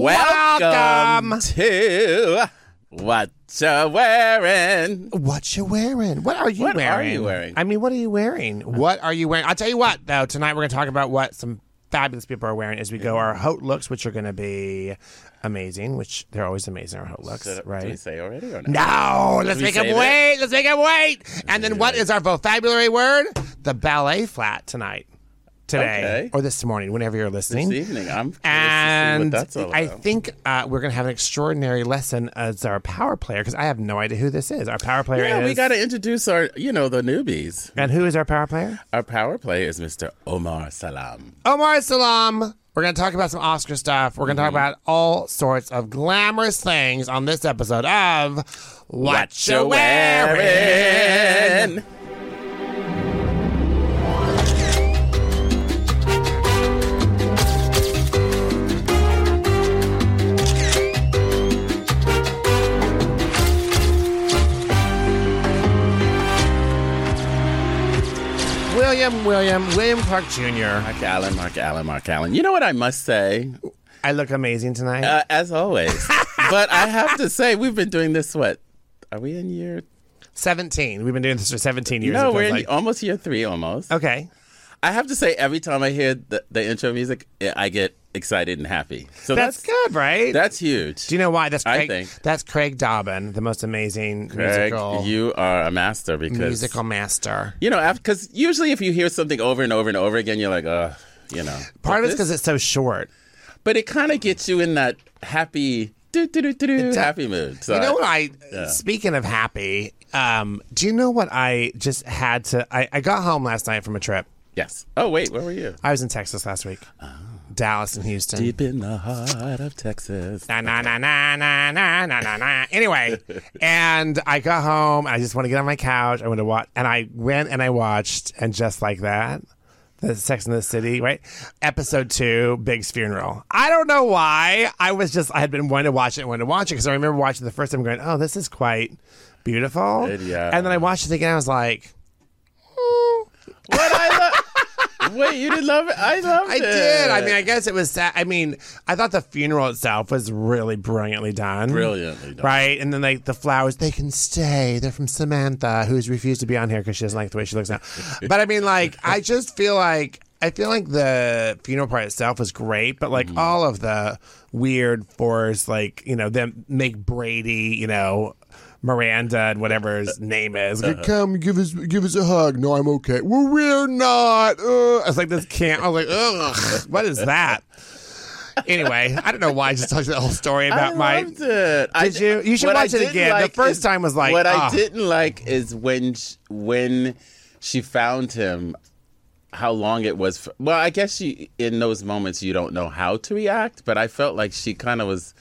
Welcome, Welcome. to Whatcha Wearing. What you wearing? What are you What are wearing? you wearing? I mean, what are you wearing? What are you wearing? I'll tell you what, though. Tonight we're going to talk about what some fabulous people are wearing as we go. Our haute looks, which are going to be amazing, which they're always amazing. Our haute looks, Did- Did we right? say already or not? No, let's we make him say that? wait. Let's make him wait. And then what is our vocabulary word? The ballet flat tonight, today, Okay. or this morning, whenever you're listening. This evening. I'm curious to see what And that's all I about. think uh, we're going to have an extraordinary lesson as our power player because I have no idea who this is. Our power player yeah, is. we got to introduce our, you know, the newbies. and who is our power player? Our power play is Mr. Omar Salam. Omar Salam. We're going to talk about some Oscar stuff. We're going to talk about all sorts of glamorous things on this episode of What You Wearing. William, William, William Clark Jr. Mark Allen, Mark Allen, Mark Allen. You know what I must say? I look amazing tonight. Uh, as always. but I have to say, we've been doing this, what? Are we in year? 17. We've been doing this for 17 years. no, it we're in feels like. almost year three, almost. Okay. I have to say, every time I hear the, the intro music, I- I get excited and happy. So That's, that's good, right? That's huge. Do you know why? That's I Craig, think. That's Craig Dobbin, the most amazing Greg, musical you are a master because musical master. you know because usually if you hear something over and over and over again, you're like, uh, you know. Part But of it's this- because it's so short. but it kind of gets you in that happy do do do do do happy mood. So You know what I, I? Speaking of happy, um, do you know what I just had to? I, I got home last night from a trip. yes. Oh wait, where were you? I was in Texas last week, Dallas and Houston. Deep in the heart of Texas. Na na na na na na na na na. Anyway, and I got home. I just want to get on my couch. I want to watch, and I went and I watched, and just like that, the Sex in the City, right? Episode two, Big's funeral. I don't know why. I was just I had been wanting to watch it, and wanting to watch it because I remember watching the first time, going, "Oh, this is quite beautiful." Good, yeah. And then I watched it again. I was like, "Hmm." What I love. Wait, you did love it. I loved I it. did. I mean, I guess it was sad. I mean, I thought the funeral itself was really brilliantly done. Brilliantly done. Right? And then, like, the flowers, they can stay. They're from Samantha, who's refused to be on here because she doesn't like the way she looks now. but I mean, like, I just feel like. I feel like the funeral part itself was great, but like all of the weird force, like, you know, them make Brady, you know, Miranda and whatever his name is. Like, Come give us give us a hug. No, I'm okay. Well, we're not. Uh. I was like, this can't. I was like, ugh, what is that? Anyway, I don't know why I just told you that whole story I about my. loved it. I Did d- you? You should what I watch it didn't again. The like first is- time was like, What ah. I didn't like is when sh- when she found him. How long it was? For, well, I guess she in those moments you don't know how to react, but I felt like she kind of was,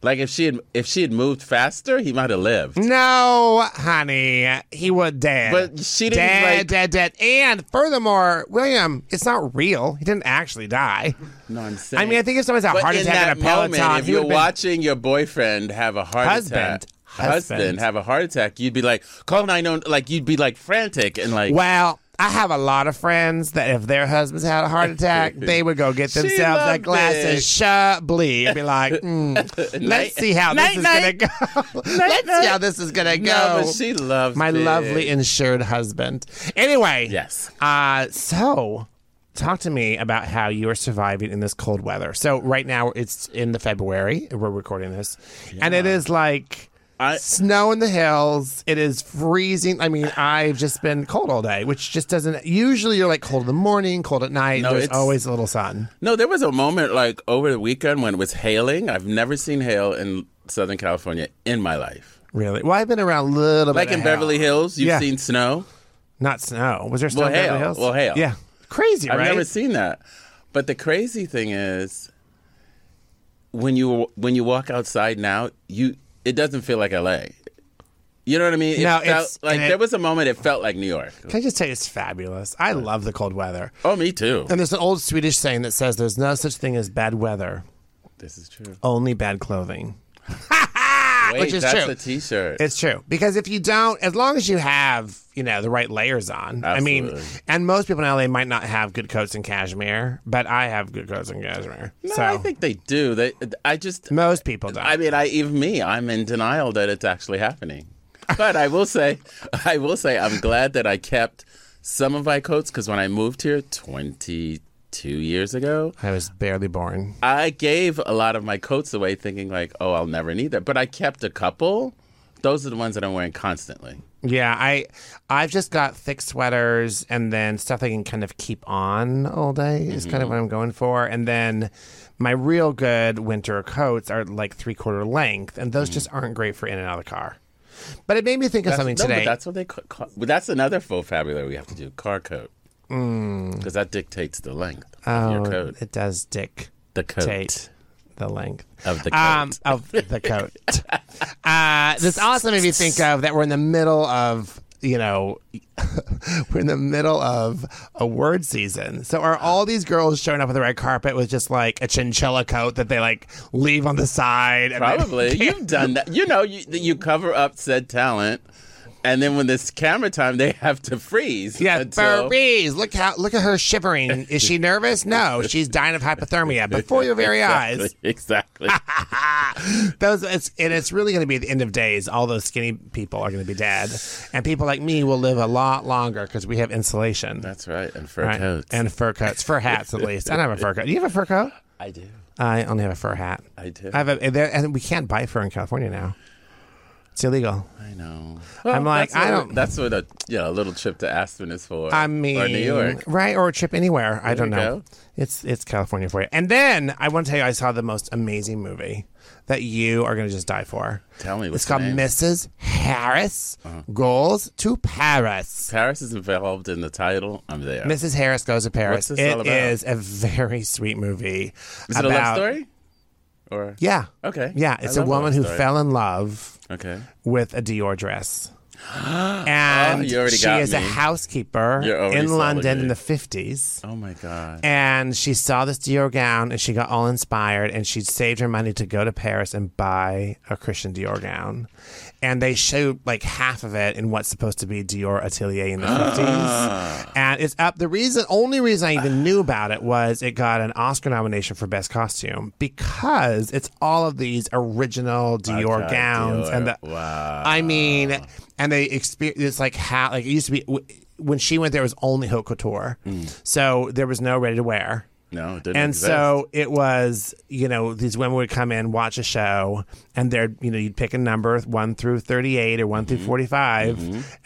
like if she had if she had moved faster, he might have lived. Hmm. No, honey, he was dead. But she didn't, dead, like- dead, dead. And furthermore, William, it's not real. He didn't actually die. No, I'm saying. I mean, I think if someone's had a but heart in attack that in a peloton, moment, if he you're would've been- watching your boyfriend have a heart Husband. attack, husband, Husband. have a heart attack, you'd be like, call nine one, like you'd be like frantic and like. Well, I have a lot of friends that if their husbands had a heart attack, they would go get She themselves a loved glass of it. Chablis and be like, mm, Night- "Let's see how night, this night. is gonna go. Let's see how this is gonna go." No, but she loves My it. lovely insured husband. Anyway, Yes. Uh, so, talk to me about how you are surviving in this cold weather. So right now it's in the February. We're recording this, and it is like. I- Snow in the hills. It is freezing. I mean, I've just been cold all day, which just doesn't. Usually, you're like cold in the morning, cold at night. No, There's it's- always a little sun. No, there was a moment like over the weekend when it was hailing. I've never seen hail in Southern California in my life. Really? Well, I've been around a little Like bit. in of hail. Beverly Hills, you've Yeah. seen snow. Not snow. Was there snow Well, in Beverly hail. Hills? Well, hail. Yeah. Crazy, I've right? never seen that. But the crazy thing is, when you when you walk outside now, you it doesn't feel like L.A. You know what I mean? It No, felt it's- like and it- there was a moment it felt like New York. Can I just tell you, it's fabulous. I love the cold weather. Oh, me too. And there's an old Swedish saying that says there's no such thing as bad weather, This is true. only bad clothing. Wait, which is that's true. a T-shirt. It's true because if you don't, as long as you have you know the right layers on. I mean, Absolutely. and most people in LA might not have good coats and cashmere, but I have good coats and cashmere. no, so I think they do. They, I just, most people don't. I mean, I even me, I'm in denial that it's actually happening. But I will say, I will say, I'm glad that I kept some of my coats because when I moved here 22 years ago, I was barely born. I gave a lot of my coats away, thinking like, oh, I'll never need that. But I kept a couple. Those are the ones that I'm wearing constantly. Yeah, I I've just got thick sweaters and then stuff I can kind of keep on all day is Mm-hmm. kind of what I'm going for. And then my real good winter coats are like three quarter length, and those just aren't great for in and out of the car. But it made me think of something No, today. but Mm-hmm. that's what they call. call well, that's another faux fabulary we have to do. Car coat, because that dictates the length of your Hmm. oh, coat. it does dick. The coat dictate the length of the coat. um, of the coat. uh, this also made me think of that we're in the middle of you know we're in the middle of award season. So are all these girls showing up on the red carpet with just like a chinchilla coat that they like leave on the side? And they- Probably you've done that. You know, you you cover up said talent, and then when it's camera time, they have to freeze. Yeah, until- Burpees. Look how look at her shivering. Is she nervous? No, she's dying of hypothermia before your very eyes. Exactly. those it's and it's really going to be at the end of days all those skinny people are going to be dead and people like me will live a lot longer because we have insulation That's right. And fur Right. coats. and fur coats fur hats at least i don't have a fur coat do you have a fur coat I do. i only have a fur hat I do. i have a and there- and we can't buy fur in california now it's illegal I know. I'm like, that's what- I don't- That's what a you know, a little trip to Aspen is for. I mean, or New York. right? Or a trip anywhere. I don't you know. go. It's it's California for you. And then I want to tell you, I saw the most amazing movie that you are going to just die for. Tell me what's it's called the name? Uh-huh. Mrs. Harris Goes to Paris. Paris is involved in the title. I'm there. Is Mrs. Harris Goes to Paris. this It all about? is a very sweet movie. Is it a love story? Or Yeah. Okay. Yeah, I it's a love love woman who story. fell in love Okay. with a Dior dress. and Oh, you already she got is a me. housekeeper You're already in sold London me. in the 50s. Oh my god. And she saw this Dior gown and she got all inspired and she saved her money to go to Paris and buy a Christian Dior gown. And they showed like half of it in what's supposed to be Dior Atelier in the 50s. And it's up. The reason, only reason I even knew about it was it got an Oscar nomination for Best Costume because it's all of these original Dior God, gowns. Dior. And the, wow. I mean, and they experience it's like how like it used to be w- when she went there it was only haute couture, so there was no ready to wear. no, it didn't And Mm. exist. so it was, you know, these women would come in, watch a show, and they're, you know, you'd pick a number one through 38 or one Mm-hmm. through 45,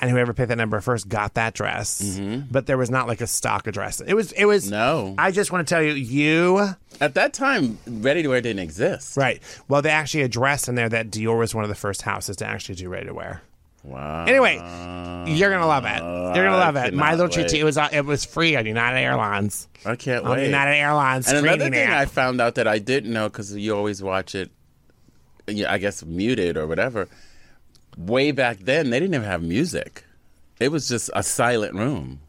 and whoever picked that number first got that dress. But there was not like a stock of dresses. It was, it was, Mm-hmm. No. I just want to tell you, you At that time, ready to wear didn't exist. Right. Well, they actually addressed in there that Dior was one of the first houses to actually do ready to wear. Wow. Anyway, you're gonna love it. You're gonna Oh, I love it. My cannot little treat to wait. you was uh, it was free on United Airlines. I can't On wait. United Airlines and another screening thing I app. found out that I didn't know because you always watch it, yeah, I guess muted or whatever. Way back then, they didn't even have music. It was just a silent room.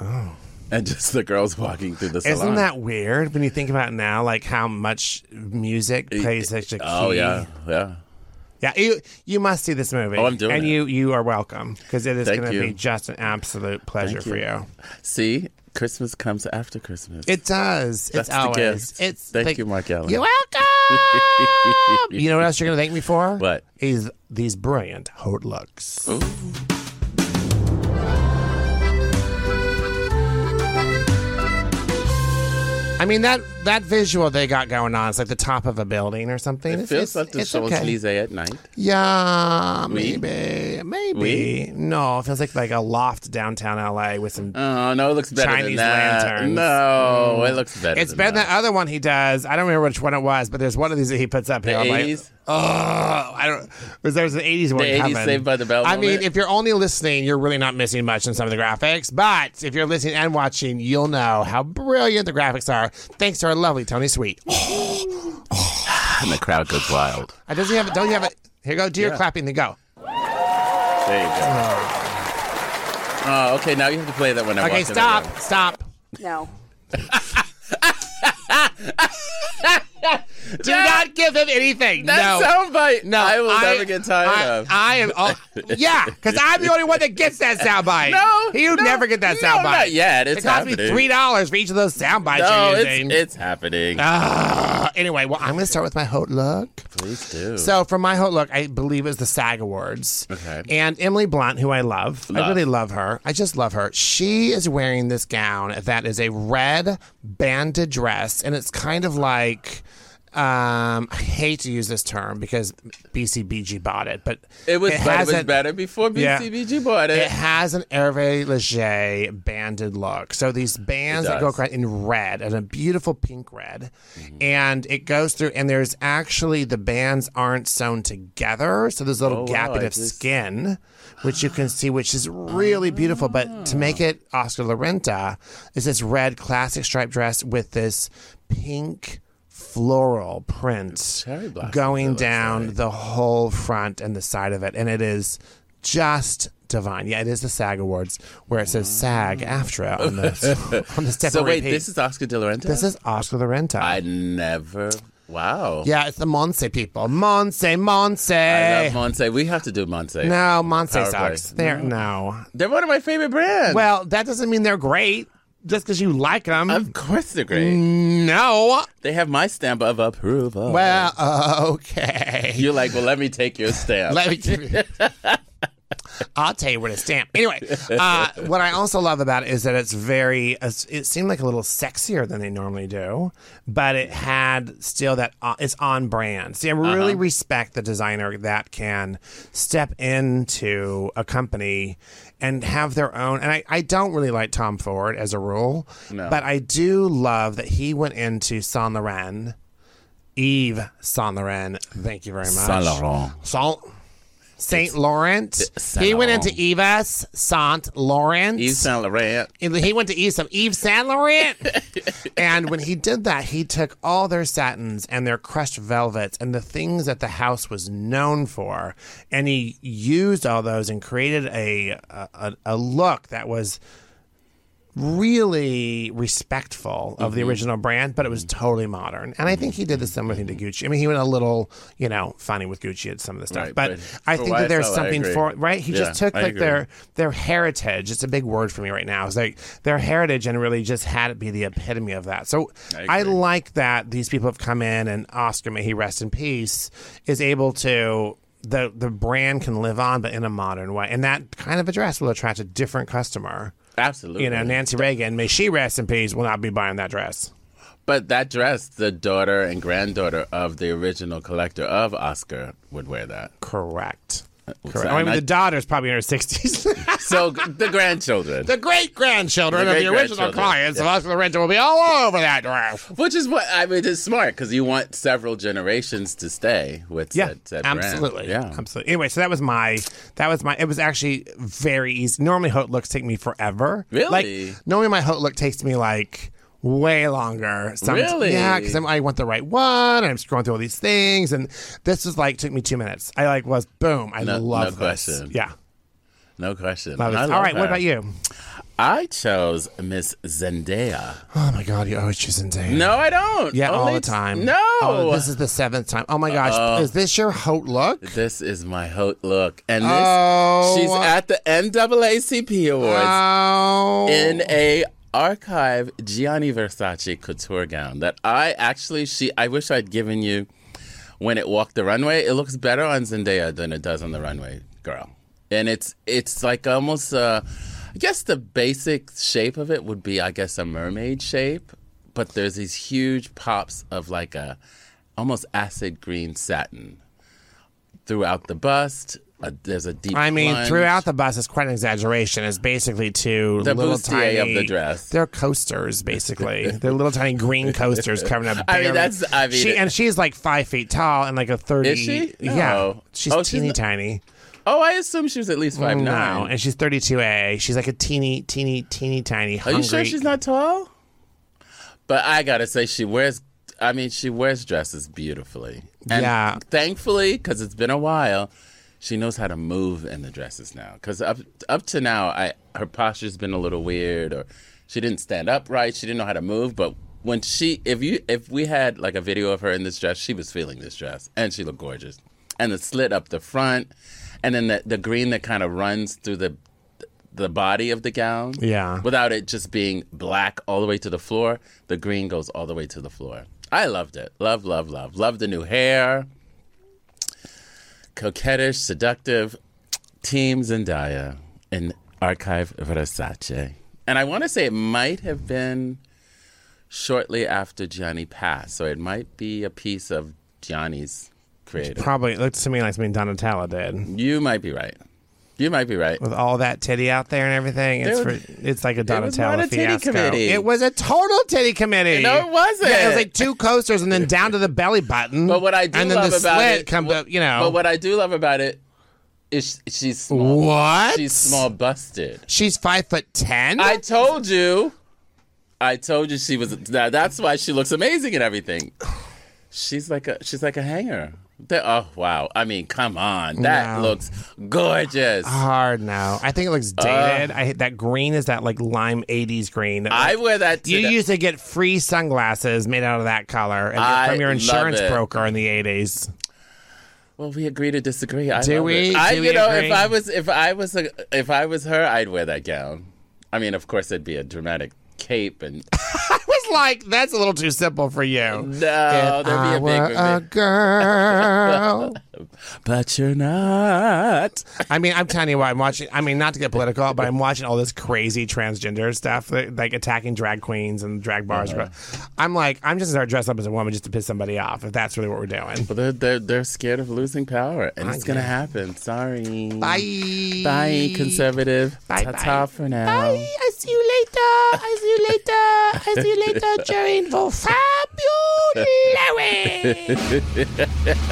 Oh. And just the girls walking through the salon. Isn't that weird when you think about it now, like how much music plays such a key? Oh yeah, yeah. yeah. You you must see this movie. Oh, I'm doing And it. you you are welcome because it is Thank going to you. be just an absolute pleasure Thank for you. you. See, Christmas comes after Christmas. It does. That's it's the always. gift. It's Thank the- you, Mark Allen. You're welcome. you know what else you're going to thank me for? What? Is these brilliant hot looks. I mean that that visual they got going on. It's like the top of a building or something. it it's, feels it's, like the it's Champs okay. Elysees at night. Yeah, Oui. maybe, maybe. No, it feels like like a loft downtown LA with some Oh no, it looks better than Chinese that. lanterns. Mm. No, it looks better. It's than better than that. that other one he does. I don't remember which one it was, but there's one of these that he puts up here. I'm like, 80s? oh, I don't. Was there's an 80s one? The 80s coming. Saved by the Bell I mean, moment? if you're only listening, you're really not missing much in some of the graphics. But if you're listening and watching, you'll know how brilliant the graphics are, thanks to our lovely Tony Sweet. and the crowd goes wild. Uh, Does he have? Don't you have it? Here you go. Do your Yeah. clapping. Then go. There you go. Oh, okay. Now you have to play that when I Okay, walk in the stop, room. stop. No. Do not give him anything. That no. soundbite. no, I will never get tired I, of. I am, oh, yeah, because I'm the only one that gets that soundbite. no, you no, never get that no, soundbite. Not yet. It's it cost happening. me three dollars for each of those sound bites No, you're using. it's, it's happening. Ah, anyway, well, I'm going to start with my hot look. Please do. So, for my hot look, I believe it's the SAG Awards. Okay. And Emily Blunt, who I love, I Love. really love her. I just love her. She is wearing this gown that is a red banded dress, and it's kind of like. Um, I hate to use this term because BCBG bought it, but it was, but it has was an- better before Yeah. BCBG bought it. it has an Hervé Leger banded look. So these bands It that go does. across in red and a beautiful pink red, and it goes through. And there's actually the bands aren't sewn together, so there's a little Oh, gap wow, in I of just- skin, which you can see, which is really beautiful. But to make it Oscar La Renta is this red classic striped dress with this pink floral print cherry blossoms, it going looks down the whole front and the side of it. And it is just divine. Yeah, it is the SAG Awards where it says SAG AFTRA on the, on the step so and wait, repeat. this is Oscar De La Renta. This is Oscar La Renta. I never. Wow. yeah, it's the Monse people. Monse, Monse. I love Monse. We have to do Monse. no, Monse Power sucks. play. They're, no. They're one of my favorite brands. Well, that doesn't mean they're great just because you like them. of course they're great. mm. no. They have my stamp of approval. Well, okay. you're like, well, let me take your stamp. Let me give you. I'll tell you where to stamp. Anyway, uh, what I also love about it is that it's very. it's- It seemed like a little sexier than they normally do, but it had still that. uh, It's on brand. See, I Uh-huh. really respect the designer that can step into a company and have their own. And I, I don't really like Tom Ford as a rule, but I do love that he went into Saint Laurent. Yves Saint Laurent. Thank you very much. Saint Laurent. Saint Saint Laurent. Saint he went Laurent. into Yves Saint Laurent. Yves Saint Laurent. And he went to Yves some Yves Saint Laurent. and when he did that, he took all their satins and their crushed velvets and the things that the house was known for, and he used all those and created a a, a- a look that was really respectful of Mm-hmm. the original brand, but it was totally modern. And I think he did the similar thing to Gucci. I mean, he went a little, you know, funny with Gucci at some of the stuff, Right, but but I for think that there's YSL, I something agree. for right. He just Yeah, took I like agree. their their heritage. It's a big word for me right now. It's like their heritage and really just had it be the epitome of that. So I, I agree. like that these people have come in and Oscar, may he rest in peace, is able to the the brand can live on but in a modern way. And that kind of address will attract a different customer. Absolutely. You know, Nancy Reagan, may she rest in peace, will not be buying that dress. But that dress, the daughter and granddaughter of the original collector of Oscar would wear that. Correct. Correct. Uh, so I I'm mean, not- the daughter's probably in her 60s. So the grandchildren, the great grandchildren The of the original great-grandchildren. clients of Oscar Lorenzo will be all over that dress. which is what I mean, it's smart because you want several generations to stay with Yeah, said, said brand. absolutely. Yeah, absolutely. Anyway, so that was my that was my. It was actually very easy. Normally, hot looks take me forever. Really? Like normally, my hot look takes me like way longer. Some, Really? Yeah, because I want the right one, and I'm scrolling through all these things, and this was like took me two minutes. I like was boom. I No- love no this. question. Yeah. no question. Love And it. I All love right. What her. about you? I chose Miss Zendaya. Oh my God, you always choose Zendaya. No, I don't. Yeah, all Only the t- time. No, Oh, this is the seventh time. Oh my gosh, is this your hot look? This is my hot look, and this Oh. she's at the NAACP Awards Oh. in a archive Gianni Versace couture gown that I actually she I wish I'd given you when it walked the runway. It looks better on Zendaya than it does on the runway, girl. And it's it's like almost uh, I guess the basic shape of it would be I guess a mermaid shape, but there's these huge pops of like a almost acid green satin throughout the bust. Uh, there's a deep. I mean, plunge. throughout the bus, it's quite an exaggeration. It's basically two The little bustier tiny of the dress. They're coasters, basically. they're little tiny green coasters covering up. I mean, barely- that's- I mean- she, and she's like five feet tall and like a thirty. Is she? Yeah, No. she's Oh, she's teeny not- tiny Oh, I assume she was at least five now, nine. and she's thirty-two a. She's like a teeny, teeny, teeny tiny. Are you sure she's not tall? But I gotta say, she wears. I mean, she wears dresses beautifully. And Yeah. Thankfully, because it's been a while, she knows how to move in the dresses now. Because up up to now, I her posture's been a little weird, or she didn't stand up right. She didn't know how to move. But when she if you if we had like a video of her in this dress, she was feeling this dress and she looked gorgeous. And the slit up the front and then the the green that kind of runs through the the body of the gown. Yeah. Without it just being black all the way to the floor, the green goes all the way to the floor. I loved it. Love, love, love. Love the new hair. Coquettish, seductive. Team Zendaya in Archive Versace. And I want to say it might have been shortly after Gianni passed. So it might be a piece of Gianni's creative. Probably it looks to me like something Donatella did. You might be right. You might be right. With all that titty out there and everything, it's Dude, for, it's like a not Donatella a titty fiasco. committee. It was a total titty committee. No, it wasn't. Yeah, it was like two coasters and then down to the belly button. But what I do and then love the about slit it, comes what- up. You know But what I do love about it is sh- she's small. what? She's small busted. She's five foot ten. I told you. I told you she was. Now that's why she looks amazing and everything. She's like a she's like a hanger. That- oh wow! I mean, come on, that No. looks gorgeous. hard now. I think it looks Uh, dated. I hate that green is that like lime '80s green. that, I like, wear that. To you the- used to get free sunglasses made out of that color and I from your love insurance it. broker in the '80s. well, we agree to disagree. I Do love we? It. I, Do you we know, agree? if I was if I was a, if I was her, I'd wear that gown. I mean, of course, it'd be a dramatic cape and I was like, that's a little too simple for you. no, If there'd I be a were big. a girl. But you're not. I mean, I'm telling you why I'm watching. I mean, not to get political, but I'm watching all this crazy transgender stuff, like like attacking drag queens and drag bars. But I'm like, I'm just gonna start dressing up as a woman just to piss somebody off. If that's really what we're doing. Well, they're, they're, they're scared of losing power, and it's going to happen. Sorry. Ah, Bye. Bye, conservative. Bye, Ta-ta bye. for now. I see you later. I see you later. I see you later during the Fabulary.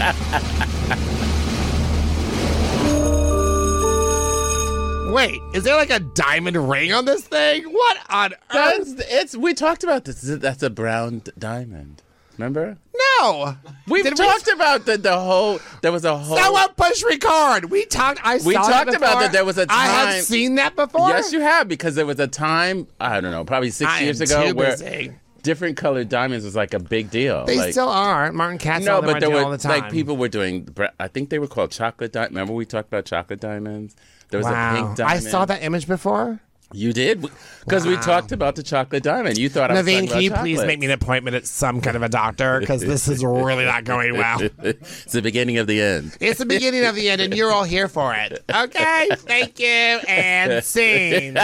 Wait, is there like a diamond ring on this thing? What on earth? That's, it's, we talked about this. That's a brown d- diamond. Remember? No. We've Did we- talked about the, the whole, there was a whole. Someone push record. We talked. I We saw that talked about before. that there was a I time- have seen that before. yes, you have, because there was a time, I don't know, probably six I years am ago too where busy. different colored diamonds was like a big deal. They like, still are. Martin Katz. No, but they there were were all the time. like people were doing. br- I think they were called chocolate diamonds. Remember we talked about chocolate diamonds? There was Wow. a pink diamond. I saw that image before. You did because we Wow. talked about the chocolate diamond. You thought I was Naveen, talking can you about please chocolate. make me an appointment at some kind of a doctor? Because this is really not going well. it's the beginning of the end. It's the beginning of the end, and you're all here for it. Okay, thank you, and scene.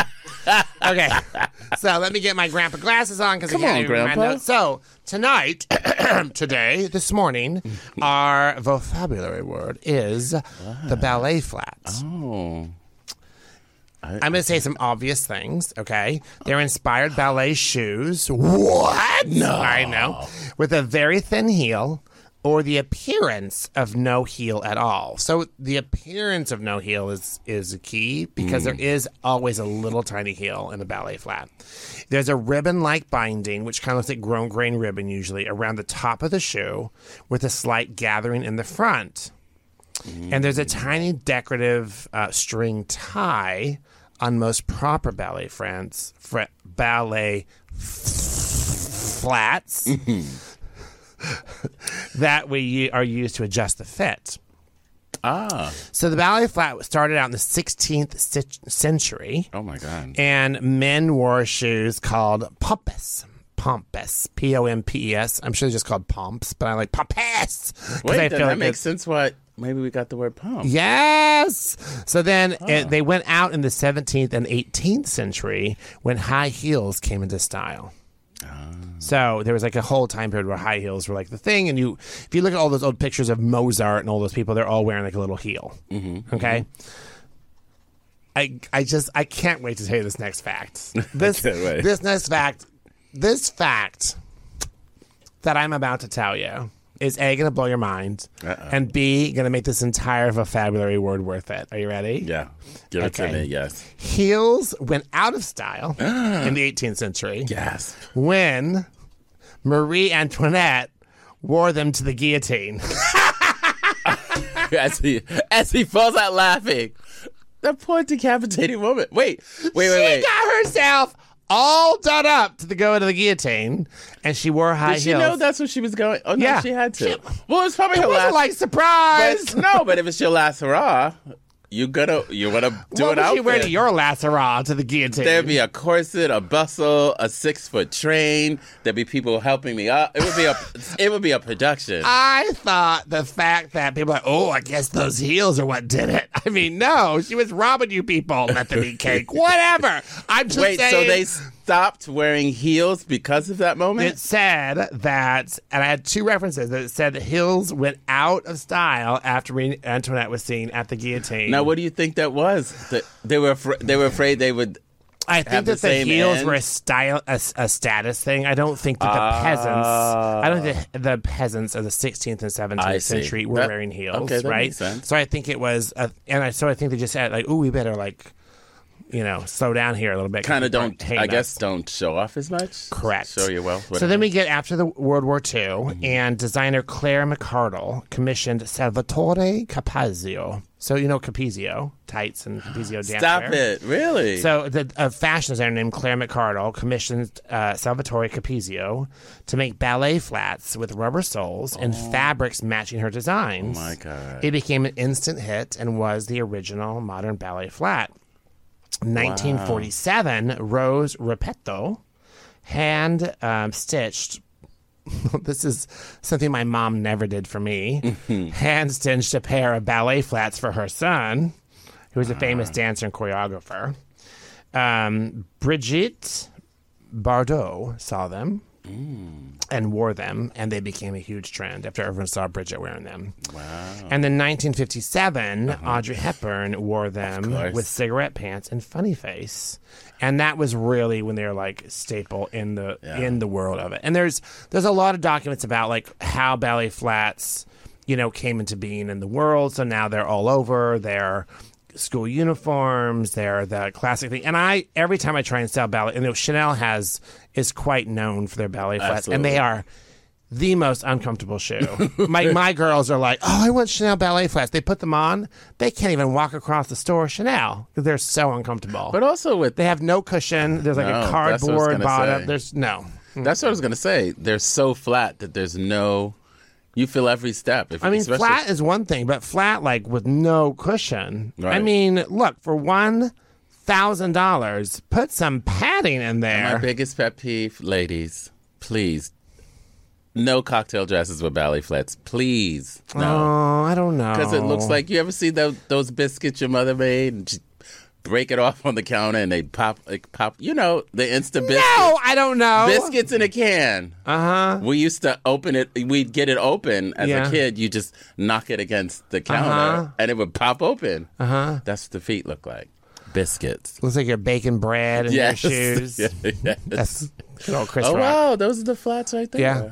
Okay, so let me get my grandpa glasses on because Come on, Grandpa. So tonight, today, this morning, our vocabulary word is the ballet flat. Oh, I'm going to say some obvious things, okay? They're inspired ballet shoes. What? No. I know. With a very thin heel or the appearance of no heel at all. So the appearance of no heel is is a key because there is always a little tiny heel in a ballet flat. There's a ribbon-like binding which kind of looks like grown grain ribbon usually around the top of the shoe with a slight gathering in the front and there's a tiny decorative uh, string tie on most proper ballet friends fr- ballet f- flats that we u- are used to adjust the fit. ah, So the ballet flat started out in the 16th cit- century, oh my God. and men wore shoes called pompous. Pompous, P O M P E S. I'm sure they're just called pomps, but I like pompous. 'cause Wait, I then that makes sense. Why maybe we got the word pump? Yes. So then it, they went out in the 17th and 18th century when high heels came into style. So there was like a whole time period where high heels were like the thing, and you, if you look at all those old pictures of Mozart and all those people, they're all wearing like a little heel. Mm-hmm, okay, I I just I can't wait to tell you this next fact. This can't wait. this next fact, this fact that I'm about to tell you is A, going to blow your mind, Uh-oh. and B, going to make this entire vocabulary word worth it. Are you ready? Yeah, give it to Okay. me. Yes, Heels went out of style in the 18th century yes. when Marie Antoinette wore them to the guillotine. as he as he falls out laughing, that poor decapitated woman. Wait, wait, wait, she wait. got herself all done up to the go into the guillotine, and she wore high Did she heels. know that's what she was going? Oh no, Yeah. she had to. She- well, it's probably her It wasn't last. like surprise. but- no, but if it's your last hurrah, you gonna you wanna do an what would outfit. you wear to your last hurrah to the guillotine? There'd be a corset, a bustle, a six foot train. There'd be people helping me up. It would be a it would be a production. I thought the fact that people are like, oh, I guess those heels are what did it. I mean, no, she was robbing you people. Let them eat cake, whatever. I'm just Wait, saying. so they stopped wearing heels because of that moment? It said that, and I had two references that it said that heels went out of style after Marie Antoinette was seen at the guillotine. now, what do you think that was? That they were afra- they were afraid they would. I think the that the, same heels end? were a style, a, a status thing. I don't think that the peasants, I don't think the, the peasants of the 16th and 17th I see. century were That- wearing heels, okay, that right? makes sense. So I think it was, a, and I, so I think they just said like, "Ooh, we better like, you know, slow down here a little bit." 'cause Kind of people don't. hate I us." guess don't show off as much. Correct. Show your wealth. So then we get after the World War II, Mm-hmm. and designer Claire McCardle commissioned Salvatore Capazio. So you know Capizio tights and Capizio dancewear. Stop it! Really? So the a fashion designer named Claire McCardle commissioned uh, Salvatore Capizio to make ballet flats with rubber soles and fabrics matching her designs. Oh my God. It became an instant hit and was the original modern ballet flat. 1947, Rose Repetto hand um, stitched. this is something my mom never did for me. Mm-hmm. hand stitched a pair of ballet flats for her son, who was a Ah. famous dancer and choreographer. Um, Brigitte Bardot saw them and wore them, and they became a huge trend after everyone saw Bridget wearing them. Wow. And then 1957, Audrey Hepburn wore them course. with cigarette pants and funny face. And that was really when they were like staple in the in the world of it. And there's there's a lot of documents about like how ballet flats, you know, came into being in the world. So now they're all over. They're school uniforms. They're the classic thing. And I every time I try and sell ballet, and you know, Chanel has is quite known for their ballet flats, and they are the most uncomfortable shoe. my my girls are like, oh, I want Chanel ballet flats. They put them on, they can't even walk across the store Chanel because they're so uncomfortable. but also with they have no cushion. There's like No, a that's what I was cardboard gonna bottom. say. Hmm. There's no. That's what I was gonna say. They're so flat that there's no. You feel every step. If, I mean, especially- flat is one thing, but flat like with no cushion. I Right. mean, look for one thousand dollars, put some padding My in there. biggest pet peeve, ladies, please, no cocktail dresses with ballet flats, please, no, Oh, I don't know. because it looks like you ever see tho- those biscuits your mother made and she break it off on the counter and they pop, like, pop. You know the instant biscuit. No, I don't know. Biscuits in a can. Uh huh. We used to open it. We'd get it open as Yeah. a kid. You just knock it against the counter, Uh-huh. and it would pop open. Uh-huh. That's what the feet look like. Biscuits. Looks like you're baking bread in Yes. your shoes. Yes. That's good old Chris Oh Rock. wow, those are the flats right there. Yeah.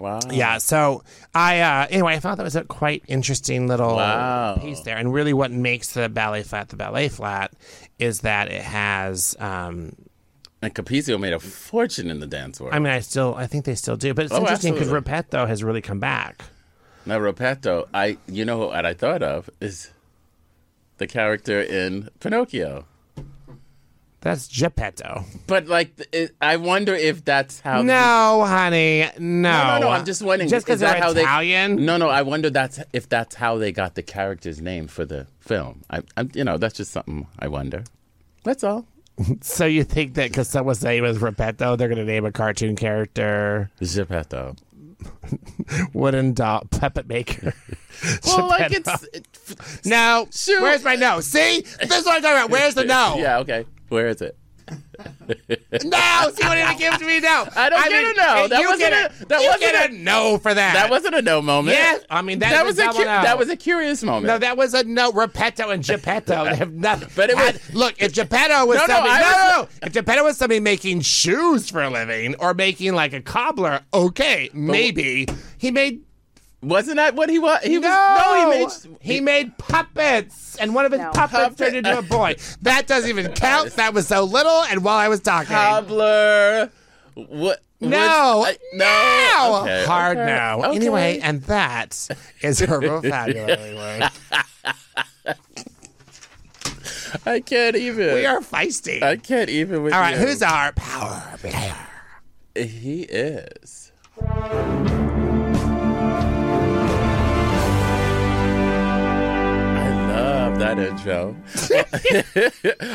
Wow. Yeah. So I uh, anyway, I thought that was a quite interesting little Wow. piece there, and really, what makes the ballet flat the ballet flat is that it has. Um, And Capizio made a fortune in the dance world. I mean, I still, I think they still do, but it's Oh, interesting because absolutely. Repet though has really come back. now Repetto, I you know what I thought of is the character in Pinocchio. That's Geppetto. But like, it, I wonder if that's how. No, honey, no. No, no, no, I'm just wondering. Just is because they're that how they- Italian, No, no. I wonder that's if that's how they got the character's name for the film. I, I'm, you know, that's just something I wonder. That's all. so you think that because someone's name is Repetto, they're going to name a cartoon character Geppetto. wooden doll puppet maker? Well, like Geppetto. it's. it- no. Shoot. Where's my no? See, this is what I'm talking about. Where's the no? Yeah. Okay. Where is it? No, see what did it give to me? No, I don't get a no. it- That you wasn't get a- that you wasn't get a- no for that. That wasn't a no moment. Yeah, I mean, that was was a double no. that was a curious moment. no. That was a no. Repetto and Geppetto they have nothing. But it was- Had- look if Geppetto was No, no, somebody. I no, was- no, no. If Geppetto was somebody making shoes for a living or making like a cobbler, okay, maybe he made. Wasn't that what he was? He No, was no. He made he made puppets, and one of his No. puppets Puppet- turned into a boy. That doesn't even count. That was so little. And while I was talking, cobbler. What? No, what- I- no, no. Okay, hard okay, no. okay. Anyway, and that is her vocabulary word. I can't even. We are feisty. I can't even with All right, you. who's our power player? He is. I love that intro.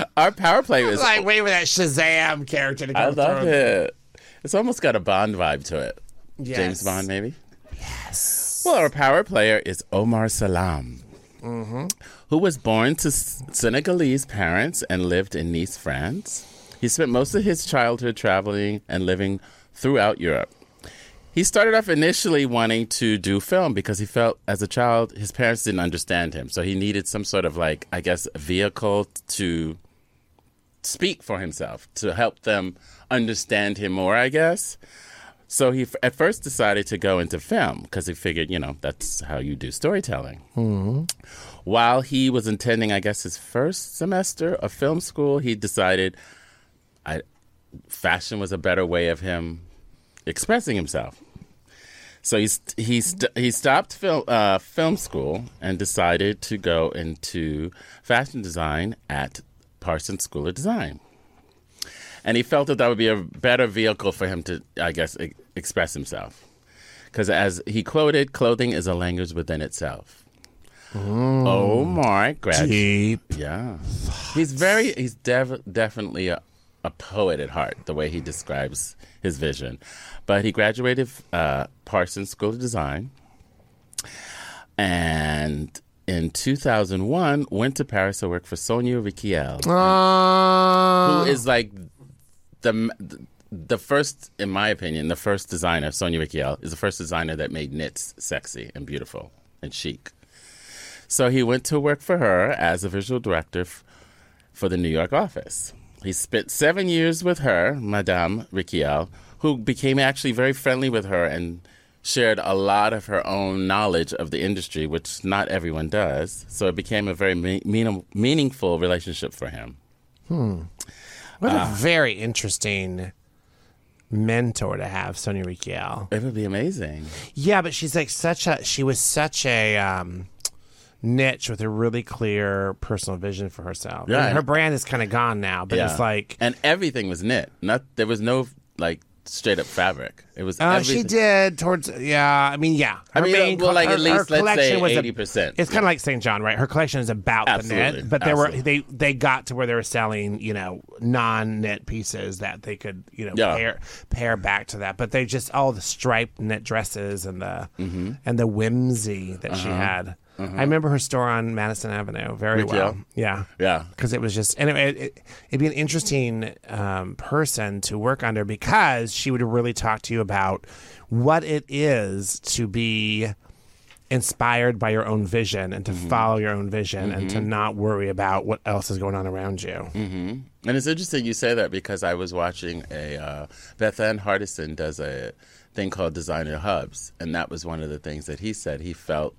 Our power play is. Like, wait for that Shazam character to come I love through. it. It's almost got a Bond vibe to it. Yes. James Bond, maybe? Yes. Well, our power player is Omar Salam, who was born to S- Senegalese parents and lived in Nice, France. He spent most of his childhood traveling and living throughout Europe. He started off initially wanting to do film because he felt as a child his parents didn't understand him. So he needed some sort of like, I guess, vehicle to speak for himself, to help them understand him more, I guess. So he f- at first decided to go into film because he figured, you know, that's how you do storytelling. While he was attending, I guess, his first semester of film school, he decided I, fashion was a better way of him expressing himself. So he st- he st- he stopped film uh, film school and decided to go into fashion design at Parsons School of Design and he felt that that would be a better vehicle for him to, I guess, e- express himself. Because as he quoted, "Clothing is a language within itself." Oh Omar graduated. Deep. Yeah, he's very, he's dev- definitely a, a poet at heart. The way he describes his vision, but he graduated uh, Parsons School of Design, and in 2001 went to Paris to work for Sonia Riquel who is like the the first, in my opinion, the first designer, Sonia Riquel, is the first designer that made knits sexy and beautiful and chic. So he went to work for her as a visual director f- for the New York office. He spent seven years with her, Madame Riquel, who became actually very friendly with her and shared a lot of her own knowledge of the industry, which not everyone does. So it became a very me- mean- meaningful relationship for him. What a very interesting mentor to have, Sonia Riquel. It would be amazing. Yeah, but she's like such a she was such a um niche with a really clear personal vision for herself. And Yeah. her brand is kind of gone now, but it's like and everything was knit. Not there was no like straight up fabric. It was. uh, everything. she did towards yeah. I mean, yeah. I Her mean, uh, main well, col- like her- at least her let's collection say was a- eighty percent. It's kind of like St. John, right? Her collection is about the Absolutely. knit, but they were they Absolutely. they got to where they were selling, you know, non knit pieces that they could, you know, Yeah. pair pair back to that. But they just all the striped knit dresses and the Mm-hmm. and the whimsy that Uh-huh. she had. I remember her store on Madison Avenue very well. Yeah. Yeah. Because it was just, anyway, it, it, it'd be an interesting um, person to work under because she would really talk to you about what it is to be inspired by your own vision and to Mm-hmm. follow your own vision and to not worry about what else is going on around you. Mm. And it's interesting you say that because I was watching a uh, Beth Ann Hardison does a thing called Designer Hubs, and that was one of the things that he said he felt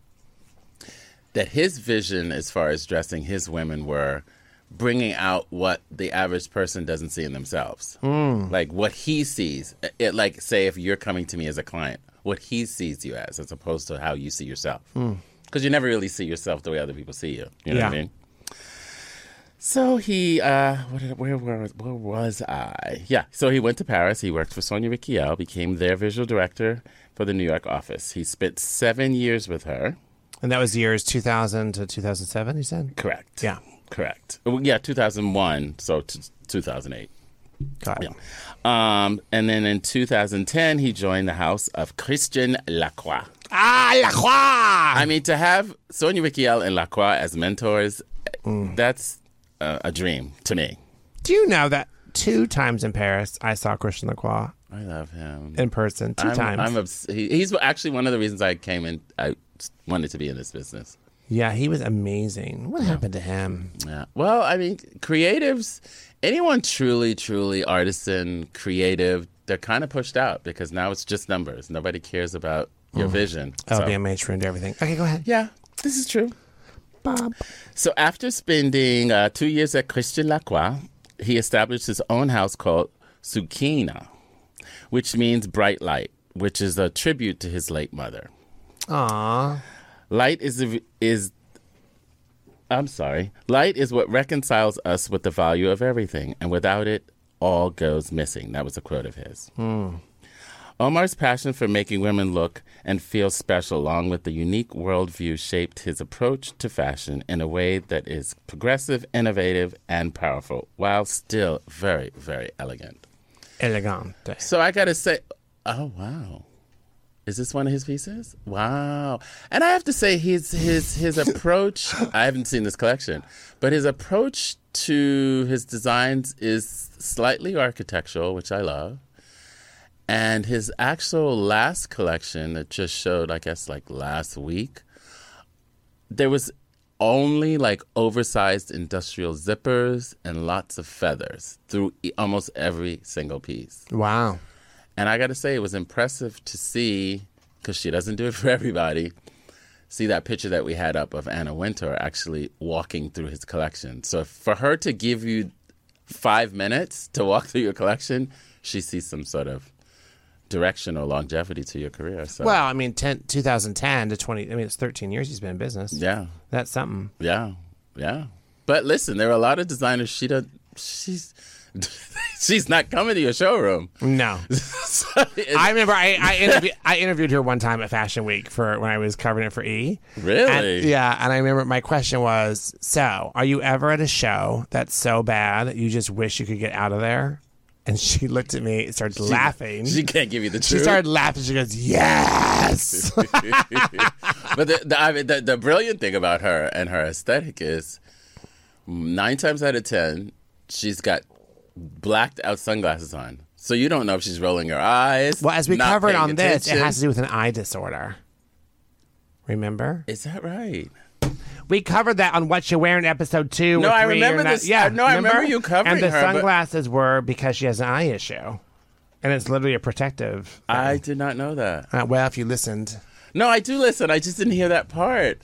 that his vision as far as dressing his women were bringing out what the average person doesn't see in themselves like what he sees it like say if you're coming to me as a client what he sees you as as opposed to how you see yourself because you never really see yourself the way other people see you you know what Yeah. i mean so he, uh, what, did- where, where, was- where was I? Yeah, so he went to Paris. He worked for Sonia Riquel, became their visual director for the New York office. He spent seven years with her. And that was years 2000 to 2007, you said? Correct. Yeah. Correct. Well, yeah, 2001, so t- 2008. Got it. Um, and then in 2010, he joined the house of Christian Lacroix. Ah, La Croix! I mean, to have Sonia Riquel and Lacroix as mentors, that's uh, a dream to me. Do you know that two times in Paris I saw Christian Lacroix I love him. in person? 2 I'm, times. I'm obs- he, he's actually one of the reasons I came in. I wanted to be in this business. Yeah, he was amazing. What happened to him? Yeah. Well, I mean, creatives, anyone truly, truly artisan, creative, they're kind of pushed out because now it's just numbers. Nobody cares about your vision. Oh, So- LVMH ruined everything. Okay, go ahead. Yeah, this is true. Bob. So after spending uh, two years at Christian Lacroix, he established his own house called Sukina, which means bright light, which is a tribute to his late mother. Aw. Light is the, is I'm sorry. Light is what reconciles us with the value of everything, and without it, all goes missing. That was a quote of his. Omar's passion for making women look and feel special, along with the unique worldview, shaped his approach to fashion in a way that is progressive, innovative, and powerful, while still very, very elegant. Elegante. So I gotta say, oh wow, is this one of his pieces? Wow, and I have to say his his his approach. I haven't seen this collection, but his approach to his designs is slightly architectural, which I love. And his actual last collection that just showed, I guess, like last week, there was only like oversized industrial zippers and lots of feathers through e- almost every single piece. Wow. And I got to say, it was impressive to see, because she doesn't do it for everybody, see that picture that we had up of Anna Wintour actually walking through his collection. So for her to give you five minutes to walk through your collection, she sees some sort of direction or longevity to your career. So, Well, I mean, 10, 2010 to 20, I mean, it's 13 years he's been in business. yeah, That's something. yeah, yeah. But listen, there are a lot of designers she does, she's, she's not coming to your showroom. No. So it's- I remember I, I, interview, I interviewed her one time at Fashion Week for when I was covering it for E. really? And- yeah, and I remember my question was, "So, are you ever at a show that's so bad that you just wish you could get out of there?" And she looked at me, and started laughing. She She, can't give you the truth. started laughing. She goes, "Yes." but the, the, I mean, the, the brilliant thing about her and her aesthetic is nine times out of ten, she's got blacked out sunglasses on. So you don't know if she's rolling her eyes. well, as we not covered paying on this, it attention. has to do with an eye disorder. Remember, Is that right? we covered that on What You Wear in episode two. No, or I three or remember not- this- Yeah, I- no, I remember you covering And the her, but- sunglasses were because she has an eye issue, and it's literally a protective. I did not know that. Uh, well, if you listened, No, I do listen. I just didn't hear that part.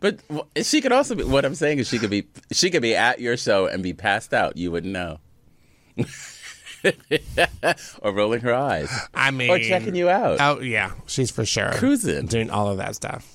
But w- she could also be. What I'm saying is, she could be. She could be at your show and be passed out. You wouldn't know. or rolling her eyes, I mean, or checking you out. Oh yeah, she's for sure Cruising. doing all of that stuff.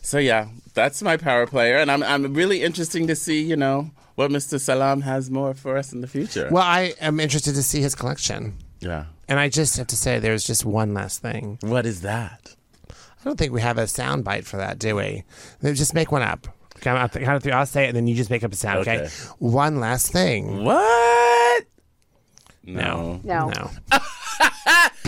So yeah, that's my power player, and I'm I'm really interesting to see you know what Mr. Salam has more for us in the future. Well, I am interested to see his collection, yeah. and I just have to say, there's just one last thing. What is that? I don't think we have a sound bite for that, do we? Then Just make one up. Okay, I'll, th- count of three, I'll say it, and then you just make up a sound. Okay. Okay. One last thing. What? No. No. No.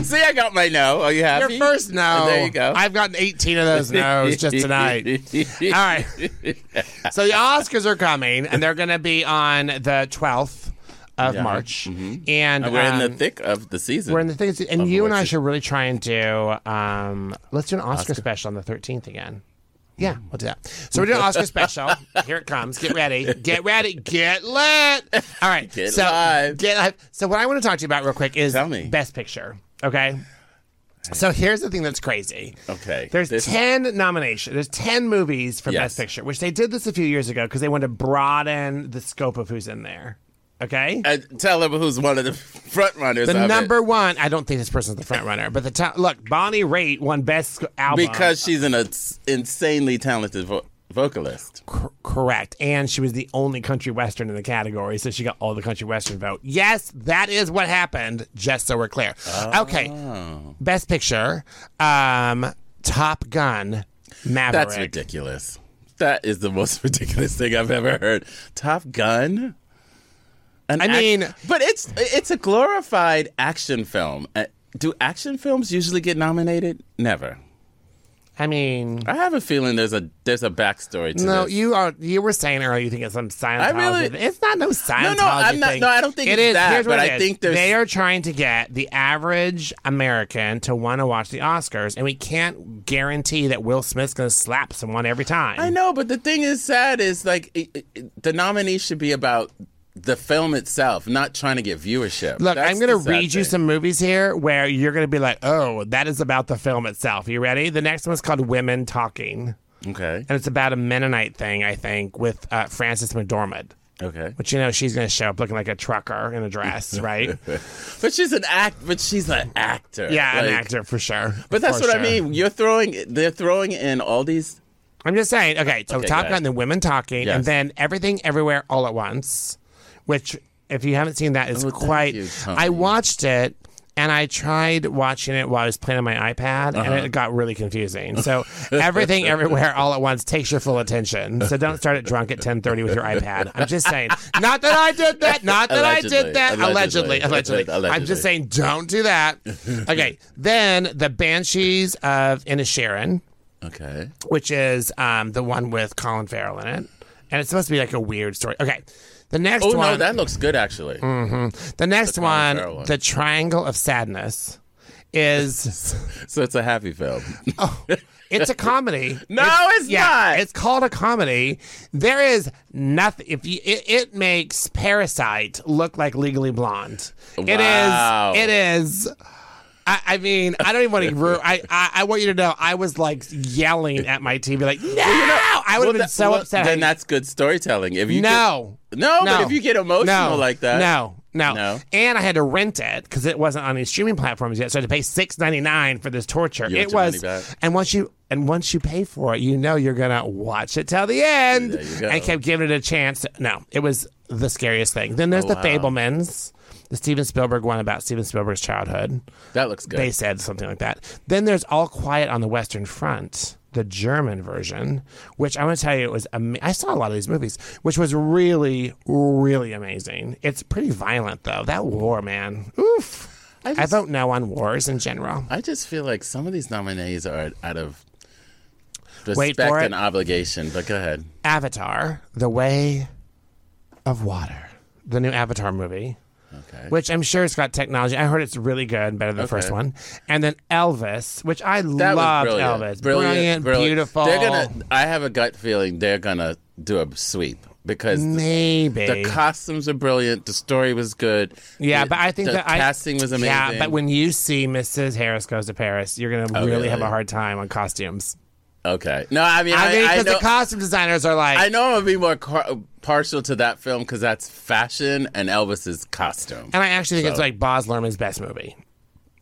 See, I got my no. Are you happy? Oh, Your first no. There you go. I've gotten 18 of those no's just tonight. All right. So the Oscars are coming, and they're going to be on the 12th of Yeah. Mm-hmm. March, and We're in um, the thick of the season. We're in the thing, is- and you and I watching. should really try and do. Um, let's do an Oscar, special on the thirteenth again. Yeah, Mm. we'll do that. So we're doing an Oscar special. Here it comes. Get ready. Get ready. Get lit. All right. Get so, live. Get live. So what I want to talk to you about real quick is Tell me. Best Picture. Okay. So here's the thing that's crazy. okay. There's This- ten nominations. There's ten movies for Yes. Best Picture, which they did this a few years ago because they wanted to broaden the scope of who's in there. Okay. Uh, tell him who's one of the front runners. The of it. number one, I don't think this person's the front runner, but the top, look, Bonnie Raitt won best sc- album because she's an ins- insanely talented vo- vocalist. Cor- correct, and she was the only country western in the category, so she got all the country western vote. Yes, that is what happened. Just so we're clear. Oh. Okay, best picture, um, Top Gun, Maverick. That's ridiculous. That is the most ridiculous thing I've ever heard. Top Gun. An I ac- mean- but it's it's a glorified action film. Uh, do action films usually get nominated? Never. I mean, I have a feeling there's a there's a backstory to no, this. you are you were saying earlier you think it's some Scientology. really- thing. it's not no Scientology. I'm not- thing. no, I don't think it it's is. that, Here's what but it I is. think there's- they are trying to get the average American to want to watch the Oscars, and we can't guarantee that Will Smith's going to slap someone every time. I know, but the thing is sad is like it, it- it- the nominee should be about the film itself, not trying to get viewership. Look, That's I'm going to the sad read you thing. some movies here where you're going to be like, "Oh, that is about the film itself." You ready? The next one's called Women Talking, Okay. and it's about a Mennonite thing, I think, with uh, Frances McDormand. Okay. But you know, she's going to show up looking like a trucker in a dress, right? But she's an act. But she's an actor. Yeah, an Like, actor for sure. But that's For what I sure. mean. You're throwing. They're throwing in all these I'm just saying. Okay, so Okay, go Top ahead. Gun, then Women Talking, Yes. and then Everything Everywhere All at Once, which if you haven't seen that is Oh, thank quite. you, Tony. I watched it. And I tried watching it while I was playing on my iPad, Uh-huh. and it got really confusing. So everything, everywhere, all at once takes your full attention. So don't start it drunk at ten thirty with your iPad. I'm just saying. Not that I did that. Not that I Allegedly. did that. Allegedly. Allegedly, allegedly. I'm Allegedly. just saying, don't do that. Okay. then the Banshees of Inisherin Okay. which is um, the one with Colin Farrell in it. And it's supposed to be like a weird story. Okay. The next Oh one, no, that looks good actually. Mm. the next Colin one, Farrell one. The Triangle of Sadness is So it's a happy film. it's a comedy. No, it's yeah, not. It's called a comedy. There is nothing if you it, it makes Parasite look like Legally Blonde. Wow. It is it is I, I mean, I don't even want to. Ru- I, I I want you to know, I was like yelling at my TV, like, no! I would have Well, been that- so well, upset. Then that's good storytelling. If you no, get- no, but if you get emotional No. like that, no, no, No. And I had to rent it because it wasn't on any streaming platforms yet, so I had to pay six ninety nine for this torture. You want it your money was, back? and once you and once you pay for it, you know you're gonna watch it till the end. There you go. I kept giving it a chance. No, it was the scariest thing. Then there's the Oh, wow. Fablemans, the Steven Spielberg one about Steven Spielberg's childhood. that looks good. They said something like that. Then there's All Quiet on the Western Front, the German version, which I'm going to tell you it was. Ama- I saw a lot of these movies, which was really, really amazing. It's pretty violent though. That war, man. Oof. I, I just- vote no on wars in general. I just feel like some of these nominees are out of Wait respect for it. and obligation. But go ahead. Avatar: The Way of Water, the new Avatar movie. Okay. Which I'm sure it's got technology. I heard it's really good, better than the first Okay. one. And then Elvis, which I That love. was brilliant. Elvis, Brilliant, brilliant. beautiful. They're gonna. I have a gut feeling they're gonna do a sweep because the- maybe the costumes are brilliant. The story was good. Yeah, the, but I think the that I- casting was amazing. Oh, Yeah, but when you see Mrs. Harris goes to Paris, you're gonna really, have a really? hard time on costumes. okay, no, I mean, I, I mean, I because know, the costume designers are like, I know I'm gonna be more car- partial to that film because that's fashion and Elvis's costume. and I actually think it's like Boz Luhrmann's best movie.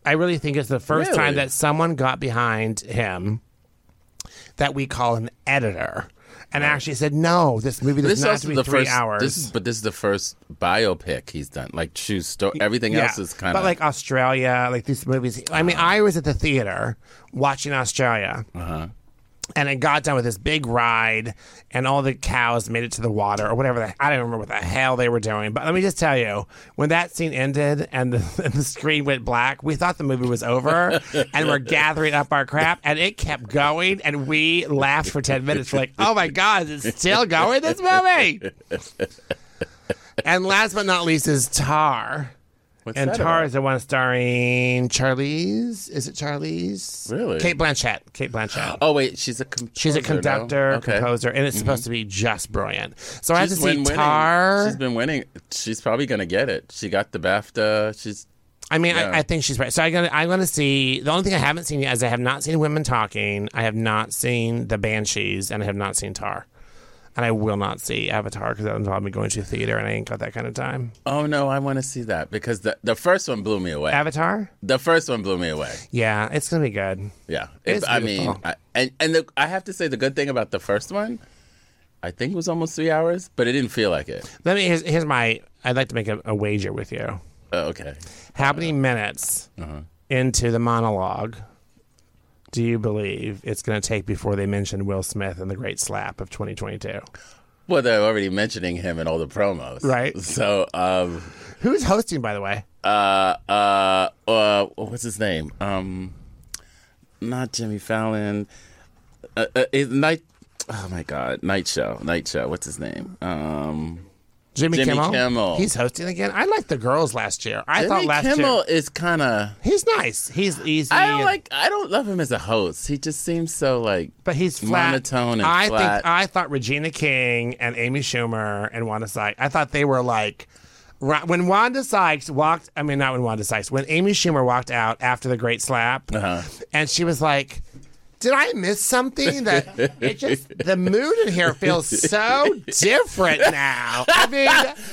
I really think it's the first Really? time that someone got behind him that we call an editor and actually said, "No, this movie does This is not have to also be the three first. hours." This is, but this is the first biopic he's done. Like, choose story. Everything Yeah. else is kind But of like Australia, like these movies. I mean, I was at the theater watching Australia. Uh-huh. And it got done with this big ride, and all the cows made it to the water or whatever. The, I don't remember what the hell they were doing. But let me just tell you, when that scene ended and the, and the screen went black, we thought the movie was over, and we're gathering up our crap, and it kept going, and we laughed for ten minutes. We're like, "Oh my god, is it still going? This movie!" And last but not least is Tar. What's And that Tar about? is the one starring Charlize. Is it Charlize? Really? Kate Blanchett. Kate Blanchett. Oh wait, she's a composer, She's a no? conductor, Okay. Mm-hmm. composer, and it's supposed to be just brilliant. So I have to She's see been winning. Tar. She's been winning. She's probably gonna get it. She got the BAFTA. She's I mean, yeah. I, I think she's right. So I gotta, I'm going to see. The only thing I haven't seen yet is I have not seen Women Talking. I have not seen The Banshees, and I have not seen Tar. And I will not see Avatar because that involved me going to the theater, and I ain't got that kind of time. Oh no, I want to see that because the the first one blew me away. Avatar? the first one blew me away. Yeah, it's going to be good. Yeah, It's I mean, beautiful. I, and and the, I have to say the good thing about the first one, I think it was almost three hours, but it didn't feel like it. Let me. Here's, here's my. I'd like to make a, a wager with you. Oh, okay, How many minutes Uh-huh. into the monologue do you believe it's going to take before they mention Will Smith and the Great Slap of 2022? well they're already mentioning him in all the promos, Right. So, um, Who's hosting, by the way? uh, uh, uh what's his name? Um, not Jimmy Fallon. Uh, uh, it- night. Oh my God, night show, night show. What's his name? Um. Jimmy, Jimmy Kimmel. Kimmel. He's hosting again. I liked the girls last year. I thought Jimmy last Kimmel year is kind of. he's nice. He's easy. I don't and- like. I don't love him as a host. He just seems so like. but he's flat. monotone and I flat. think I thought Regina King and Amy Schumer and Wanda Sykes. I thought they were like ri- when Wanda Sykes walked. I mean, not when Wanda Sykes. When Amy Schumer walked out after the Great Slap, Uh-huh. and she was like. Did I miss something? That it just the mood in here feels so different now. I mean,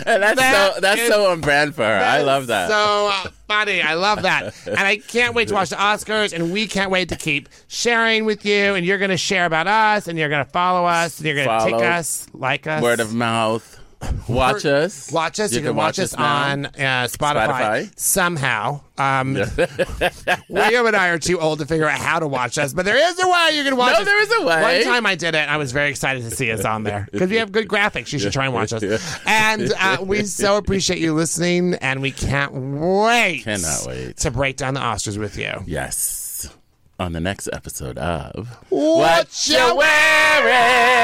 And that's That so. That's is- so on brand for her. I love that. So uh, funny. I love that. And I can't wait to watch the Oscars, and we can't wait to keep sharing with you. And you're going to share about us, and you're going to follow us, and you're going to Follow. tick us, like us. Word of mouth. Watch us. Watch us. You, can, watch, us now. on uh, Spotify, Spotify. somehow. Um, William and I are too old to figure out how to watch us, but there is a way you can watch No, us. there is a way. One time I did it, and I was very excited to see us on there because we have good graphics. You should try and watch us. And uh, we so appreciate you listening, and we can't wait, Cannot wait. to break down the Oscars with you. Yes. On the next episode of What You wearing?